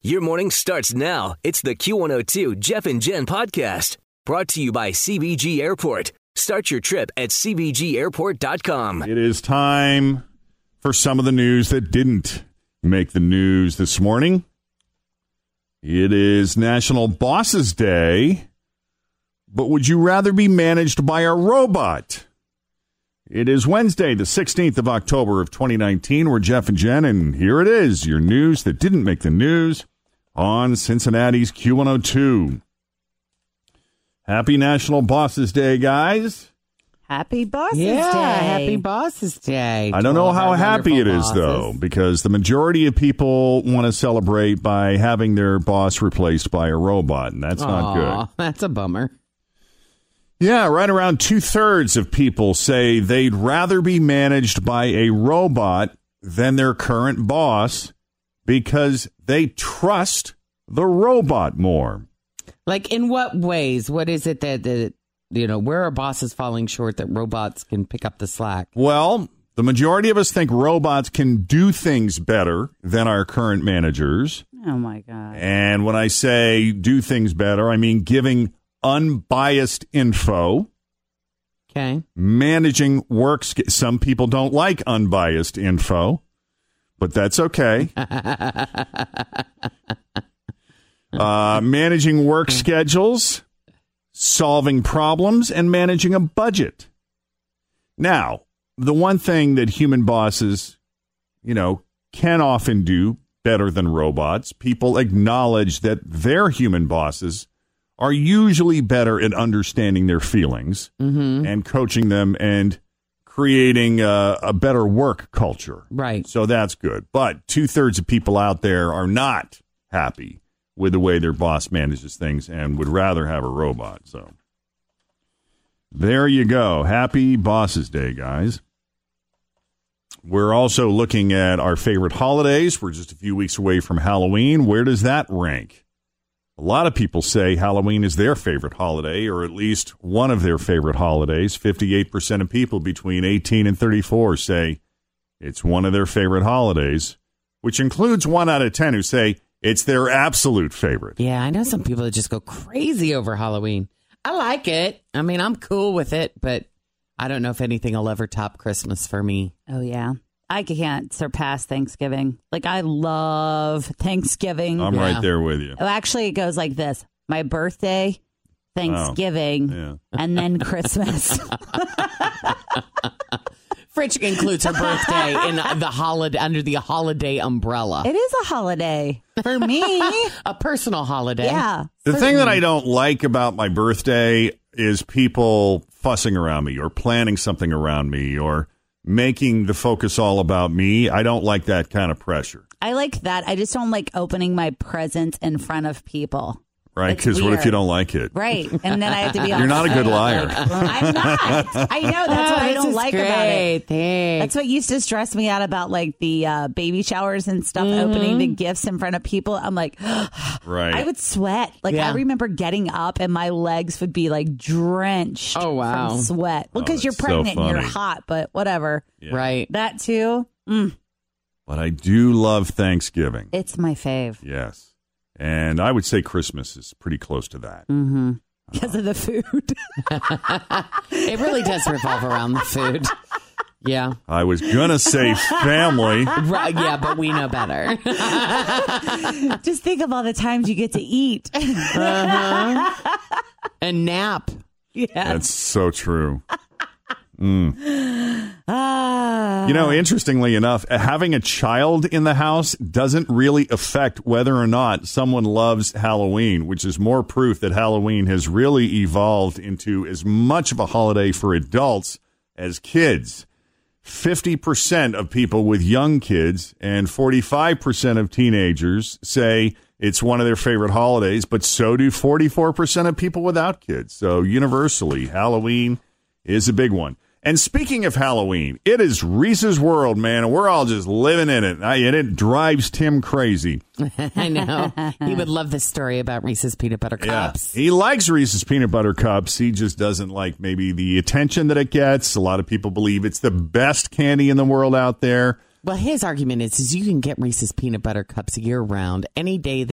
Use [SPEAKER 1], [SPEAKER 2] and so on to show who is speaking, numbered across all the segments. [SPEAKER 1] Your morning starts now. It's the Q102 Jeff and Jen podcast brought to you by CBG Airport. Start your trip at CBGAirport.com.
[SPEAKER 2] It is time for some of the news that didn't make the news this morning. It is National Bosses Day, but would you rather be managed by a robot? It is Wednesday, the 16th of October of 2019. We're Jeff and Jen, and here it is your news that didn't make the news on Cincinnati's Q102. Happy National Bosses Day, guys.
[SPEAKER 3] Happy Bosses
[SPEAKER 4] yeah,
[SPEAKER 3] Day.
[SPEAKER 4] happy Bosses Day.
[SPEAKER 2] I don't
[SPEAKER 4] to
[SPEAKER 2] know
[SPEAKER 4] all of
[SPEAKER 2] how
[SPEAKER 4] our
[SPEAKER 2] happy it
[SPEAKER 4] wonderful
[SPEAKER 2] is, though,
[SPEAKER 4] bosses.
[SPEAKER 2] because the majority of people want to celebrate by having their boss replaced by a robot, and that's not
[SPEAKER 4] Aw,
[SPEAKER 2] good.
[SPEAKER 4] That's a bummer.
[SPEAKER 2] Yeah, right around two thirds of people say they'd rather be managed by a robot than their current boss because they trust the robot more.
[SPEAKER 4] Like, in what ways? What is it that, that you know, where are bosses falling short that robots can pick up the slack?
[SPEAKER 2] Well, the majority of us think robots can do things better than our current managers.
[SPEAKER 3] Oh my god.
[SPEAKER 2] And when I say do things better, I mean giving unbiased info,
[SPEAKER 4] Okay.
[SPEAKER 2] managing work. sch- Some people don't like unbiased info, but that's okay. uh, managing work schedules, solving problems, and managing a budget. Now, the one thing that human bosses, you know, can often do better than robots, people acknowledge that their human bosses are usually better at understanding their feelings and coaching them and creating a, a better work culture.
[SPEAKER 4] Right.
[SPEAKER 2] So that's good. But two thirds of people out there are not happy with the way their boss manages things and would rather have a robot. So there you go. Happy Bosses Day, guys. We're also looking at our favorite holidays. We're just a few weeks away from Halloween. Where does that rank? A lot of people say Halloween is their favorite holiday, or at least one of their favorite holidays. 58% of people between 18 and 34 say it's one of their favorite holidays, which includes one out of 10 who say it's their absolute favorite.
[SPEAKER 4] Yeah, I know some people that just go crazy over Halloween. I like it. I mean, I'm cool with it, but I don't know if anything will ever top Christmas for me.
[SPEAKER 3] Oh yeah. I can't surpass Thanksgiving. Like I love Thanksgiving.
[SPEAKER 2] I'm
[SPEAKER 4] Yeah.
[SPEAKER 2] right there with you.
[SPEAKER 3] oh, actually it goes like this. My birthday, Thanksgiving,
[SPEAKER 2] Yeah.
[SPEAKER 3] and then Christmas.
[SPEAKER 4] Fritch includes her birthday in the holiday under the holiday umbrella.
[SPEAKER 3] it is a holiday for me.
[SPEAKER 4] a personal holiday.
[SPEAKER 3] yeah.
[SPEAKER 2] The thing that I don't like about my birthday is people fussing around me or planning something around me or making the focus all about me. I don't like that kind of pressure,
[SPEAKER 3] I like that. I just don't like opening my presents in front of people.
[SPEAKER 2] right?
[SPEAKER 3] It's
[SPEAKER 2] Because what if
[SPEAKER 3] weird.
[SPEAKER 2] you don't like it?
[SPEAKER 3] Right. And then I have to be
[SPEAKER 2] You're not a good liar.
[SPEAKER 3] I'm not. I know that's
[SPEAKER 4] Ah,
[SPEAKER 3] what I don't like about it. That's
[SPEAKER 4] Thanks.
[SPEAKER 3] what used to stress me out about like the uh, baby showers and stuff, opening the gifts in front of people. I'm like,
[SPEAKER 2] Mm-hmm. Right.
[SPEAKER 3] I would sweat. Like
[SPEAKER 4] Yeah.
[SPEAKER 3] I remember getting up and my legs would be like drenched.
[SPEAKER 4] Oh, wow.
[SPEAKER 3] from sweat. Well,
[SPEAKER 2] Oh,
[SPEAKER 3] because you're
[SPEAKER 2] that's so
[SPEAKER 3] pregnant and you're
[SPEAKER 2] funny.
[SPEAKER 3] hot, but whatever.
[SPEAKER 4] Right.
[SPEAKER 3] That too. Mm,
[SPEAKER 2] but I do love Thanksgiving.
[SPEAKER 3] it's my fave
[SPEAKER 2] Yes. And I would say Christmas is pretty close to that.
[SPEAKER 3] because of the food.
[SPEAKER 4] It really does revolve around the food. Yeah.
[SPEAKER 2] I was gonna say family.
[SPEAKER 4] Right, yeah, but we know better.
[SPEAKER 3] Just think of all the times you get to eat.
[SPEAKER 4] and nap.
[SPEAKER 3] yeah.
[SPEAKER 2] That's so true. Mm.
[SPEAKER 3] Ah.
[SPEAKER 2] You know, interestingly enough, having a child in the house doesn't really affect whether or not someone loves Halloween, which is more proof that Halloween has really evolved into as much of a holiday for adults as kids. 50% of people with young kids and 45% of teenagers say it's one of their favorite holidays, but so do 44% of people without kids. So, universally, Halloween is a big one. And speaking of Halloween, it is Reese's World, man, and we're all just living in it. I, and it drives Tim crazy.
[SPEAKER 4] I know. He would love this story about Reese's peanut butter cups.
[SPEAKER 2] He likes Reese's peanut butter cups. He just doesn't like maybe the attention that it gets. A lot of people believe it's the best candy in the world out there.
[SPEAKER 4] Well, his argument is, is you can get Reese's peanut butter cups year round any day. That-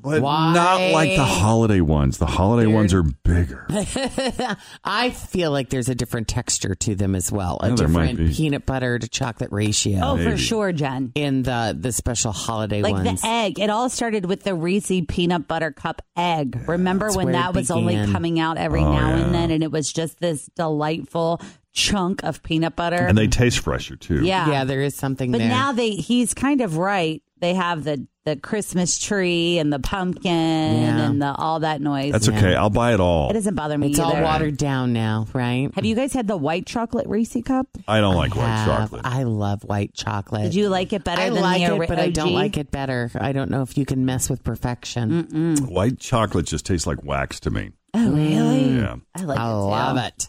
[SPEAKER 2] But not like the holiday ones. The holiday ones are bigger.
[SPEAKER 4] I feel like there's a different texture to them as well. A
[SPEAKER 2] Yeah, there might
[SPEAKER 4] different
[SPEAKER 2] be.
[SPEAKER 4] peanut butter to chocolate ratio
[SPEAKER 3] oh,
[SPEAKER 2] Maybe.
[SPEAKER 3] for sure, Jen.
[SPEAKER 4] in the the special holiday
[SPEAKER 3] Like
[SPEAKER 4] ones.
[SPEAKER 3] the egg. It all started with the Reese peanut butter cup egg. Remember
[SPEAKER 4] That's
[SPEAKER 3] when
[SPEAKER 4] where it
[SPEAKER 3] that was only
[SPEAKER 4] began.
[SPEAKER 3] coming out every
[SPEAKER 2] Oh,
[SPEAKER 3] now
[SPEAKER 2] yeah.
[SPEAKER 3] and then and it was just this delightful chunk of peanut butter.
[SPEAKER 2] And they taste fresher, too.
[SPEAKER 3] yeah.
[SPEAKER 4] yeah, there is something
[SPEAKER 3] Um, But
[SPEAKER 4] there.
[SPEAKER 3] now they he's kind of right. They have the the Christmas tree and the pumpkin
[SPEAKER 4] Yeah.
[SPEAKER 3] and the all that noise.
[SPEAKER 2] That's okay. I'll buy it all.
[SPEAKER 3] it doesn't bother me
[SPEAKER 4] it's all
[SPEAKER 3] either.
[SPEAKER 4] watered down now, right?
[SPEAKER 3] Have you guys had the white chocolate Reese cup?
[SPEAKER 2] I don't like white
[SPEAKER 4] Have-
[SPEAKER 2] chocolate.
[SPEAKER 4] I love white chocolate.
[SPEAKER 3] Did you like it better
[SPEAKER 4] I
[SPEAKER 3] than
[SPEAKER 4] like
[SPEAKER 3] the
[SPEAKER 4] it,
[SPEAKER 3] ori-
[SPEAKER 4] but I don't
[SPEAKER 3] OG?
[SPEAKER 4] like it better. I don't know if you can mess with perfection.
[SPEAKER 2] White chocolate just tastes like wax to me.
[SPEAKER 3] Oh, really?
[SPEAKER 2] Yeah.
[SPEAKER 3] I like
[SPEAKER 4] I
[SPEAKER 3] it too.
[SPEAKER 4] love it.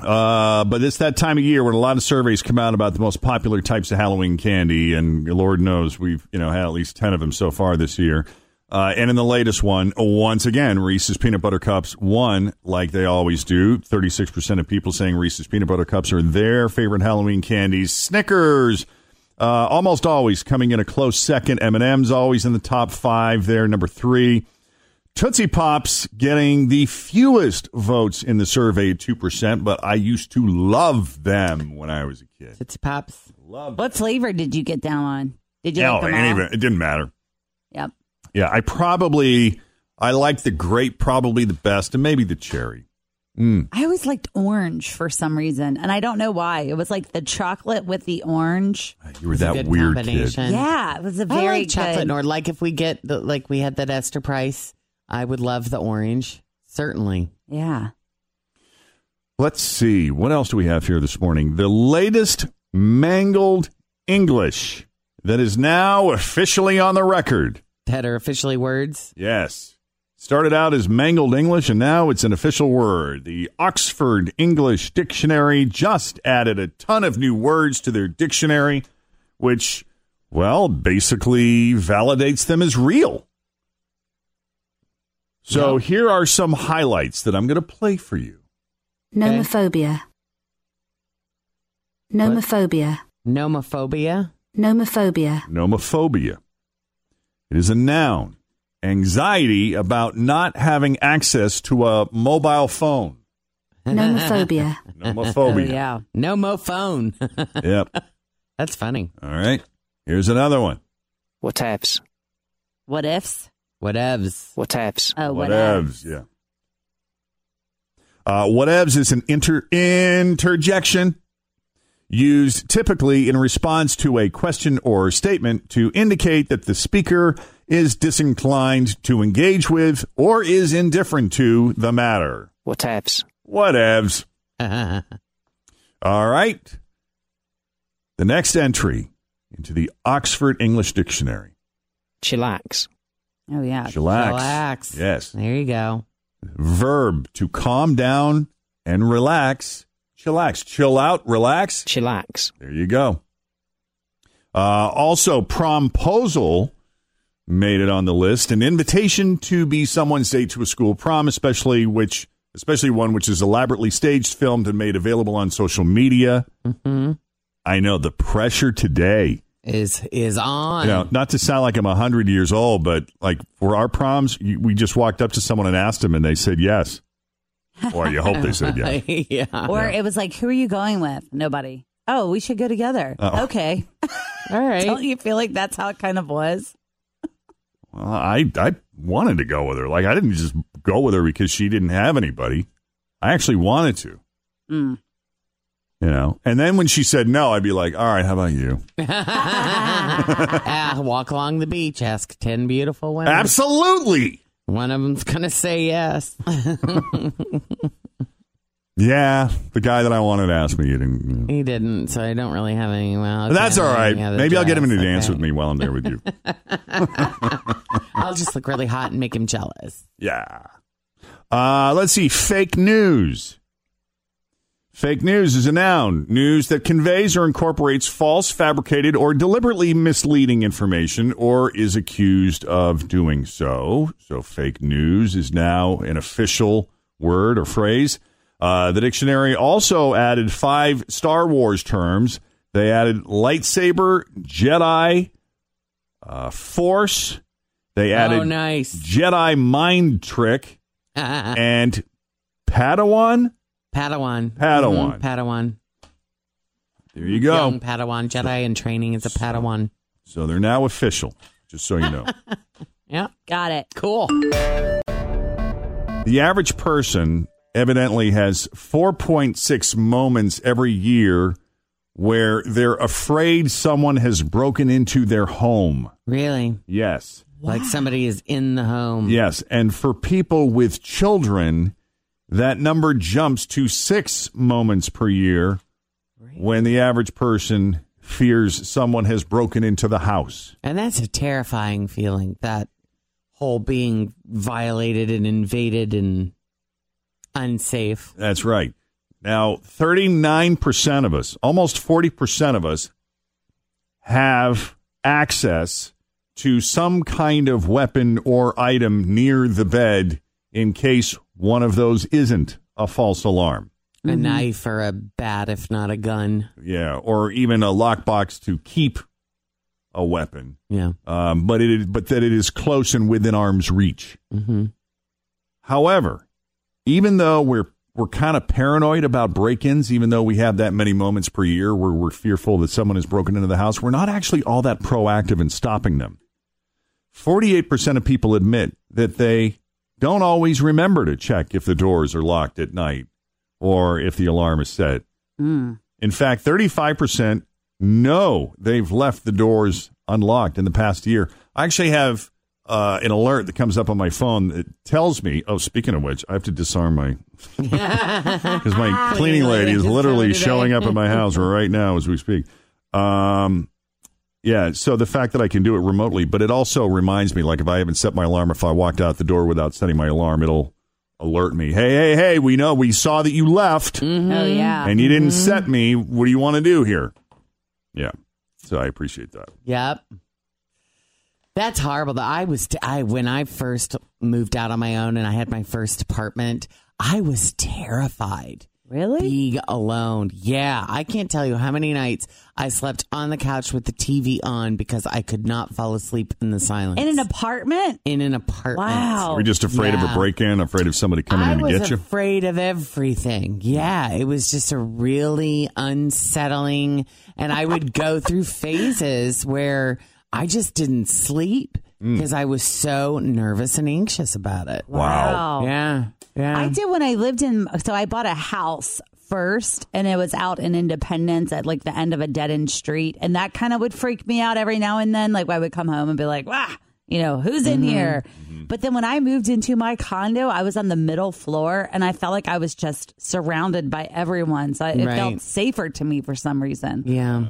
[SPEAKER 2] Uh, but it's that time of year when a lot of surveys come out about the most popular types of Halloween candy, and Lord knows we've you know had at least ten of them so far this year. Uh, and in the latest one, once again, Reese's peanut butter cups won, like they always do. Thirty-six percent of people saying Reese's peanut butter cups are their favorite Halloween candies. Snickers, uh, almost always coming in a close second. M and M's always in the top five. There, number three. Tootsie Pops getting the fewest votes in the survey, 2%, but I used to love them when I was a kid.
[SPEAKER 4] It's pops.
[SPEAKER 2] Love
[SPEAKER 3] What flavor did you get down on? Did you
[SPEAKER 2] No,
[SPEAKER 3] like them
[SPEAKER 2] it
[SPEAKER 3] all?
[SPEAKER 2] ain't even- it didn't matter.
[SPEAKER 3] Yep.
[SPEAKER 2] Yeah, I probably, I liked the grape probably the best and maybe the cherry.
[SPEAKER 3] I always liked orange for some reason, and I don't know why. It was like the chocolate with the orange.
[SPEAKER 2] Ah, You were
[SPEAKER 4] It's a
[SPEAKER 2] that
[SPEAKER 4] good
[SPEAKER 2] weird kid.
[SPEAKER 4] combination.
[SPEAKER 3] Yeah, it was a very
[SPEAKER 4] I like chocolate
[SPEAKER 3] good.
[SPEAKER 4] or like if we get the like we had that Esther Price, I would love the orange. Certainly.
[SPEAKER 3] yeah.
[SPEAKER 2] Let's see. What else do we have here this morning? The latest mangled English that is now officially on the record.
[SPEAKER 4] That are officially words.
[SPEAKER 2] Yes. Started out as mangled English, and now it's an official word. The Oxford English Dictionary just added a ton of new words to their dictionary, which, well, basically validates them as real. So here are some highlights that I'm going to play for you.
[SPEAKER 5] Nomophobia. Nomophobia.
[SPEAKER 4] Nomophobia.
[SPEAKER 5] Nomophobia.
[SPEAKER 2] Nomophobia. It is a noun, anxiety about not having access to a mobile phone.
[SPEAKER 5] Nomophobia.
[SPEAKER 3] Oh,
[SPEAKER 2] Nomophobia.
[SPEAKER 3] yeah.
[SPEAKER 4] Nomophone.
[SPEAKER 2] Yep.
[SPEAKER 4] That's funny.
[SPEAKER 2] All right. Here's another one.
[SPEAKER 6] Whatevs.
[SPEAKER 3] What ifs?
[SPEAKER 4] Whatevs.
[SPEAKER 6] Whatevs.
[SPEAKER 3] Oh, what ifs?
[SPEAKER 2] Whatevs. Yeah. Uh, whatevs is an inter- interjection used typically in response to a question or statement to indicate that the speaker is disinclined to engage with or is indifferent to the matter.
[SPEAKER 6] Whatevs.
[SPEAKER 2] Whatevs.
[SPEAKER 4] Whatevs.
[SPEAKER 2] All right. The next entry into the Oxford English Dictionary.
[SPEAKER 6] Chillax.
[SPEAKER 3] Oh yeah.
[SPEAKER 2] Chillax.
[SPEAKER 4] Chillax.
[SPEAKER 2] Yes.
[SPEAKER 4] There you go.
[SPEAKER 2] Verb to calm down and relax. Chillax. Chill out, relax.
[SPEAKER 6] Chillax.
[SPEAKER 2] There you go. Uh, also, promposal made it on the list. An invitation to be someone's date to a school prom, especially which, especially one which is elaborately staged, filmed, and made available on social media.
[SPEAKER 4] hmm
[SPEAKER 2] I know the pressure today.
[SPEAKER 4] Is is on.
[SPEAKER 2] You know, not to sound like I'm 100 years old, but like for our proms, you, we just walked up to someone and asked them, and they said yes. Or you hope they said yes.
[SPEAKER 4] yeah.
[SPEAKER 3] Or it was like, who are you going with? Nobody. Oh, we should go together.
[SPEAKER 2] Uh-oh.
[SPEAKER 3] Okay.
[SPEAKER 4] All right.
[SPEAKER 3] Don't you feel like that's how it kind of was?
[SPEAKER 2] Well, I I wanted to go with her. Like I didn't just go with her because she didn't have anybody. I actually wanted to,
[SPEAKER 3] Mm.
[SPEAKER 2] you know. And then when she said no, I'd be like, "All right, how about you?"
[SPEAKER 4] Ah, walk along the beach. Ask ten beautiful women.
[SPEAKER 2] Absolutely.
[SPEAKER 4] One of them's gonna say yes.
[SPEAKER 2] Yeah, the guy that I wanted to ask me, you didn't. you know.
[SPEAKER 4] he didn't, so I don't really have any. Well, okay,
[SPEAKER 2] That's
[SPEAKER 4] I
[SPEAKER 2] all
[SPEAKER 4] don't have
[SPEAKER 2] right.
[SPEAKER 4] any other
[SPEAKER 2] Maybe I'll get him to
[SPEAKER 4] jobs.
[SPEAKER 2] dance
[SPEAKER 4] Okay.
[SPEAKER 2] with me while I'm there with you.
[SPEAKER 4] I'll just look really hot and make him jealous.
[SPEAKER 2] Yeah. Uh, let's see. Fake news. Fake news is a noun. News that conveys or incorporates false, fabricated, or deliberately misleading information or is accused of doing so. So, fake news is now an official word or phrase. Uh, the dictionary also added five Star Wars terms. They added lightsaber, Jedi, uh, force. They added
[SPEAKER 4] oh, nice.
[SPEAKER 2] Jedi mind trick and Padawan.
[SPEAKER 4] Padawan.
[SPEAKER 2] Padawan.
[SPEAKER 4] Mhm, Padawan.
[SPEAKER 2] There you go.
[SPEAKER 4] Young Padawan. Jedi in training is a Padawan.
[SPEAKER 2] So they're now official, just so you know.
[SPEAKER 4] Yeah.
[SPEAKER 3] Got it.
[SPEAKER 4] Cool.
[SPEAKER 2] the average person evidently has 4.6 moments every year where they're afraid someone has broken into their home.
[SPEAKER 4] Really?
[SPEAKER 2] Yes.
[SPEAKER 4] Like somebody is in the home.
[SPEAKER 2] Yes. And for people with children, that number jumps to six moments per year when the average person fears someone has broken into the house.
[SPEAKER 4] And that's a terrifying feeling. That whole being violated and invaded and unsafe.
[SPEAKER 2] That's right. Now, 39% of us, almost 40% of us, have access to some kind of weapon or item near the bed in case one of those isn't a false alarm.
[SPEAKER 4] A
[SPEAKER 3] Mm-hmm.
[SPEAKER 4] knife or a bat, if not a gun.
[SPEAKER 2] Yeah, or even a lockbox to keep a weapon,
[SPEAKER 4] Yeah.
[SPEAKER 2] um, but it is- but that it is close and within arm's reach.
[SPEAKER 4] Mm-hmm.
[SPEAKER 2] However, even though we're we're kind of paranoid about break-ins, even though we have that many moments per year where we're fearful that someone has broken into the house, we're not actually all that proactive in stopping them. Forty-eight percent of people admit that they don't always remember to check if the doors are locked at night or if the alarm is set.
[SPEAKER 3] Mm.
[SPEAKER 2] In fact, 35% know they've left the doors unlocked in the past year. I actually have uh, an alert that comes up on my phone that tells me, oh, speaking of which, I have to disarm my, because my cleaning lady is literally showing up at my house right now as we speak. Um, yeah, so the fact that I can do it remotely, but it also reminds me, like if I haven't set my alarm, if I walked out the door without setting my alarm, it'll alert me. Hey, hey, hey, we know, we saw that you left
[SPEAKER 3] Oh yeah.
[SPEAKER 2] and you didn't set me. What do you want to do here? Yeah. So I appreciate that.
[SPEAKER 4] Yep. That's horrible. The- I was I when I first moved out on my own and I had my first apartment, I was terrified.
[SPEAKER 3] really?
[SPEAKER 4] Being alone. Yeah, I can't tell you how many nights I slept on the couch with the TV on because I could not fall asleep in the silence.
[SPEAKER 3] In an apartment?
[SPEAKER 4] in an apartment.
[SPEAKER 3] Wow.
[SPEAKER 2] Are we just afraid of a
[SPEAKER 4] Yeah.
[SPEAKER 2] break in, afraid of somebody coming
[SPEAKER 4] I
[SPEAKER 2] in to
[SPEAKER 4] was
[SPEAKER 2] get you?
[SPEAKER 4] afraid of everything. Yeah, it was just a really unsettling, and I would go through phases where I just didn't sleep
[SPEAKER 3] Mm.
[SPEAKER 4] because I was so nervous and anxious about it.
[SPEAKER 2] Wow.
[SPEAKER 4] Yeah, yeah.
[SPEAKER 3] I did when I lived in. So I bought a house first, and it was out in Independence at like the end of a dead end street, and that kind of would freak me out every now and then. Like I would come home and be like, "Wow, you know who's
[SPEAKER 4] Mm-hmm.
[SPEAKER 3] in here?" But then when I moved into my condo, I was on the middle floor, and I felt like I was just surrounded by everyone, so it
[SPEAKER 4] Right.
[SPEAKER 3] felt safer to me for some reason.
[SPEAKER 4] Yeah.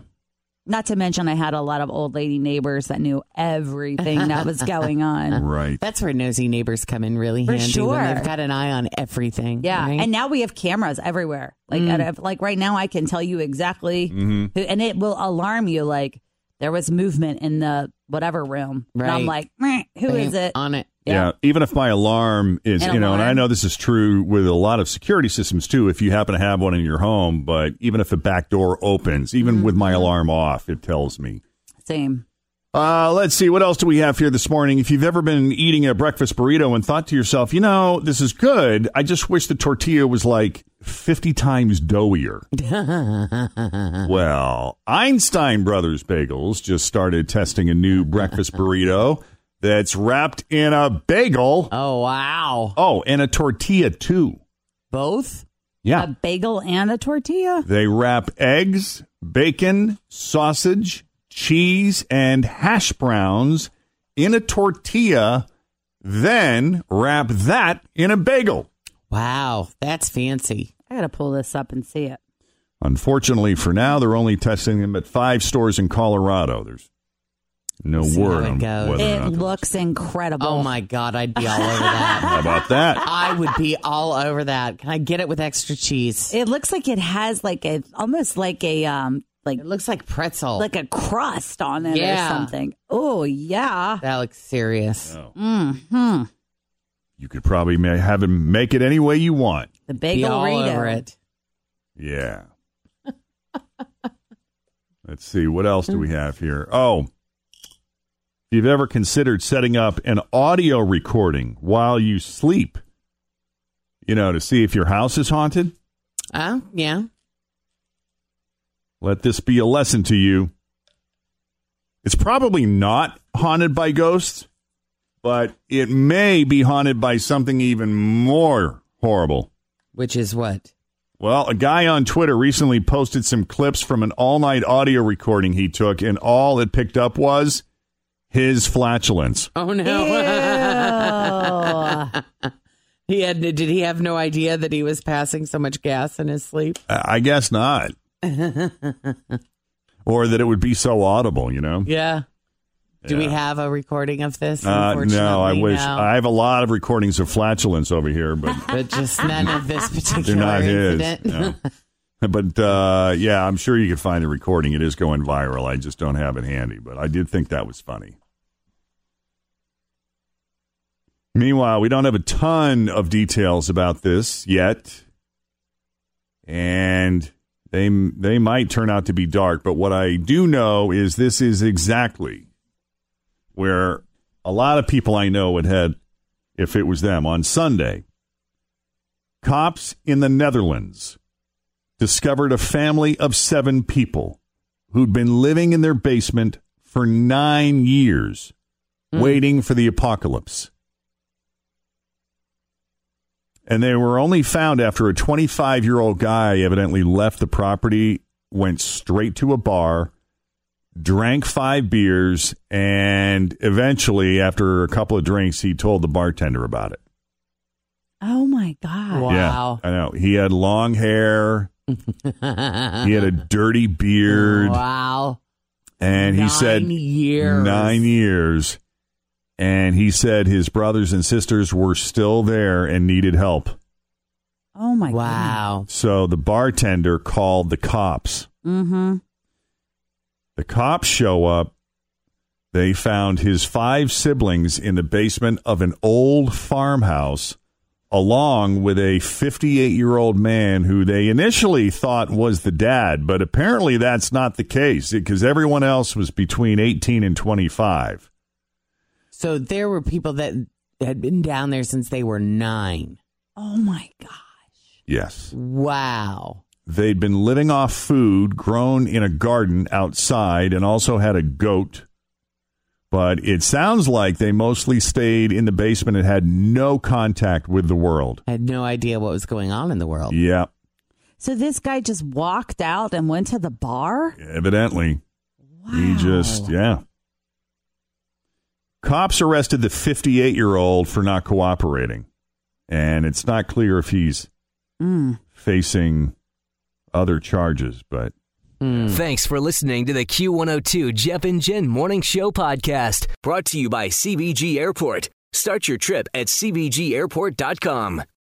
[SPEAKER 3] Not to mention, I had a lot of old lady neighbors that knew everything that was going on.
[SPEAKER 2] Right.
[SPEAKER 4] That's where nosy neighbors come in really
[SPEAKER 3] For
[SPEAKER 4] handy when
[SPEAKER 3] sure.
[SPEAKER 4] they've got an eye on everything.
[SPEAKER 3] Yeah,
[SPEAKER 4] right? Mm.
[SPEAKER 3] and now we have cameras everywhere. Like, out of, like right now, I can tell you exactly
[SPEAKER 4] Mm-hmm.
[SPEAKER 3] who, and it will alarm you. Like there was movement in the whatever room, and I'm
[SPEAKER 4] Right.
[SPEAKER 3] like, "Meh, who
[SPEAKER 4] Bam, Uh,
[SPEAKER 3] is it?
[SPEAKER 4] on it?
[SPEAKER 2] Yeah. Even if my alarm is,
[SPEAKER 3] An
[SPEAKER 2] you know, and I
[SPEAKER 3] alarm.
[SPEAKER 2] know this is true with a lot of security systems too, if you happen to have one in your home, but even if the back door opens, even with my alarm off, it tells me.
[SPEAKER 3] Same.
[SPEAKER 2] Uh, let's see. What else do we have here this morning? If you've ever been eating a breakfast burrito and thought to yourself, you know, this is good. I just wish the tortilla was like 50 times doughier. Mm-hmm. Well, Einstein Brothers Bagels just started testing a new breakfast burrito that's wrapped in a bagel.
[SPEAKER 4] Oh wow.
[SPEAKER 2] Oh, and a tortilla too.
[SPEAKER 4] Both?
[SPEAKER 3] A bagel and a tortilla.
[SPEAKER 2] They wrap eggs, bacon, sausage, cheese, and hash browns in a tortilla, then wrap that in a bagel.
[SPEAKER 4] Wow. That's fancy.
[SPEAKER 3] I gotta pull this up and see it.
[SPEAKER 2] Unfortunately, for now, they're only testing them at five stores in Colorado. There's no
[SPEAKER 4] See how
[SPEAKER 2] word
[SPEAKER 4] it
[SPEAKER 2] on
[SPEAKER 4] goes.
[SPEAKER 2] whether or
[SPEAKER 3] It
[SPEAKER 2] not they'll-
[SPEAKER 3] looks incredible.
[SPEAKER 4] Oh my god, I'd be all over that.
[SPEAKER 2] How about that?
[SPEAKER 4] I would be all over that. Can I get it with extra cheese?
[SPEAKER 3] It looks like it has like a almost like a um like
[SPEAKER 4] It looks like pretzel.
[SPEAKER 3] like a crust on it
[SPEAKER 4] Oh. Yeah.
[SPEAKER 3] or something. Oh yeah.
[SPEAKER 4] that looks serious.
[SPEAKER 3] Mm-hmm.
[SPEAKER 2] You could probably ma- have them make it any way you want.
[SPEAKER 3] The
[SPEAKER 4] Be
[SPEAKER 3] bagel
[SPEAKER 4] all
[SPEAKER 3] burrito.
[SPEAKER 4] over it.
[SPEAKER 2] Yeah. Let's see. What else do we have here? Oh, if you've ever considered setting up an audio recording while you sleep, you know, to see if your house is haunted,
[SPEAKER 4] Oh, yeah.
[SPEAKER 2] let this be a lesson to you. It's probably not haunted by ghosts, but it may be haunted by something even more horrible.
[SPEAKER 4] Which is what?
[SPEAKER 2] Well, a guy on Twitter recently posted some clips from an all night audio recording he took, and all it picked up was his flatulence.
[SPEAKER 4] Oh no. he had did he have no idea that he was passing so much gas in his sleep?
[SPEAKER 2] I I guess not. or that it would be so audible, you know?
[SPEAKER 4] Yeah. Do we
[SPEAKER 2] Yeah.
[SPEAKER 4] have a recording of this?
[SPEAKER 2] Uh, no, I
[SPEAKER 4] Unfortunately,
[SPEAKER 2] wish.
[SPEAKER 4] no.
[SPEAKER 2] I have a lot of recordings of flatulence over here, but
[SPEAKER 4] but just none of this
[SPEAKER 2] they're
[SPEAKER 4] particular
[SPEAKER 2] not his.
[SPEAKER 4] incident.
[SPEAKER 2] no. But uh, yeah, I'm sure you could find the recording. It is going viral. I just don't have it handy, but I did think that was funny. Meanwhile, we don't have a ton of details about this yet, and they they might turn out to be dark. But what I do know is this is exactly where a lot of people I know would head if it was them on Sunday. Cops in the Netherlands discovered a family of seven people who'd been living in their basement for nine years, waiting for the apocalypse. And they were only found after a 25 year old guy evidently left the property, went straight to a bar, drank five beers, and eventually, after a couple of drinks, he told the bartender about it.
[SPEAKER 3] Oh my god.
[SPEAKER 4] Wow.
[SPEAKER 2] Yeah, I know. He had long hair. he had a dirty beard.
[SPEAKER 4] Uh-huh. Wow.
[SPEAKER 2] And he
[SPEAKER 4] Nine
[SPEAKER 2] said
[SPEAKER 4] years.
[SPEAKER 2] nine years. And he said his brothers and sisters were still there and needed help.
[SPEAKER 3] Oh my god.
[SPEAKER 4] Wow.
[SPEAKER 2] So the bartender called the cops.
[SPEAKER 3] Mm-hmm.
[SPEAKER 2] The cops show up. They found his five siblings in the basement of an old farmhouse, along with a 58 year old man who they initially thought was the dad, but apparently that's not the case because everyone else was between 18 and 25.
[SPEAKER 4] So there were people that had been down there since they were nine.
[SPEAKER 3] Oh my god.
[SPEAKER 2] Yes.
[SPEAKER 4] Wow.
[SPEAKER 2] They'd been living off food grown in a garden outside and also had a goat. But it sounds like they mostly stayed in the basement and had no contact with the world.
[SPEAKER 4] I had no idea what was going on in the world.
[SPEAKER 2] Yeah,
[SPEAKER 3] So this guy just walked out and went to the bar?
[SPEAKER 2] evidently. He just, yeah. Cops arrested the 58 year old for not cooperating. And it's not clear if he's
[SPEAKER 3] Mm.
[SPEAKER 2] facing other charges, but
[SPEAKER 1] Thanks for listening to the Q102 Jeff and Jen Morning Show podcast brought to you by CBG Airport. Start your trip at CBGAirport.com.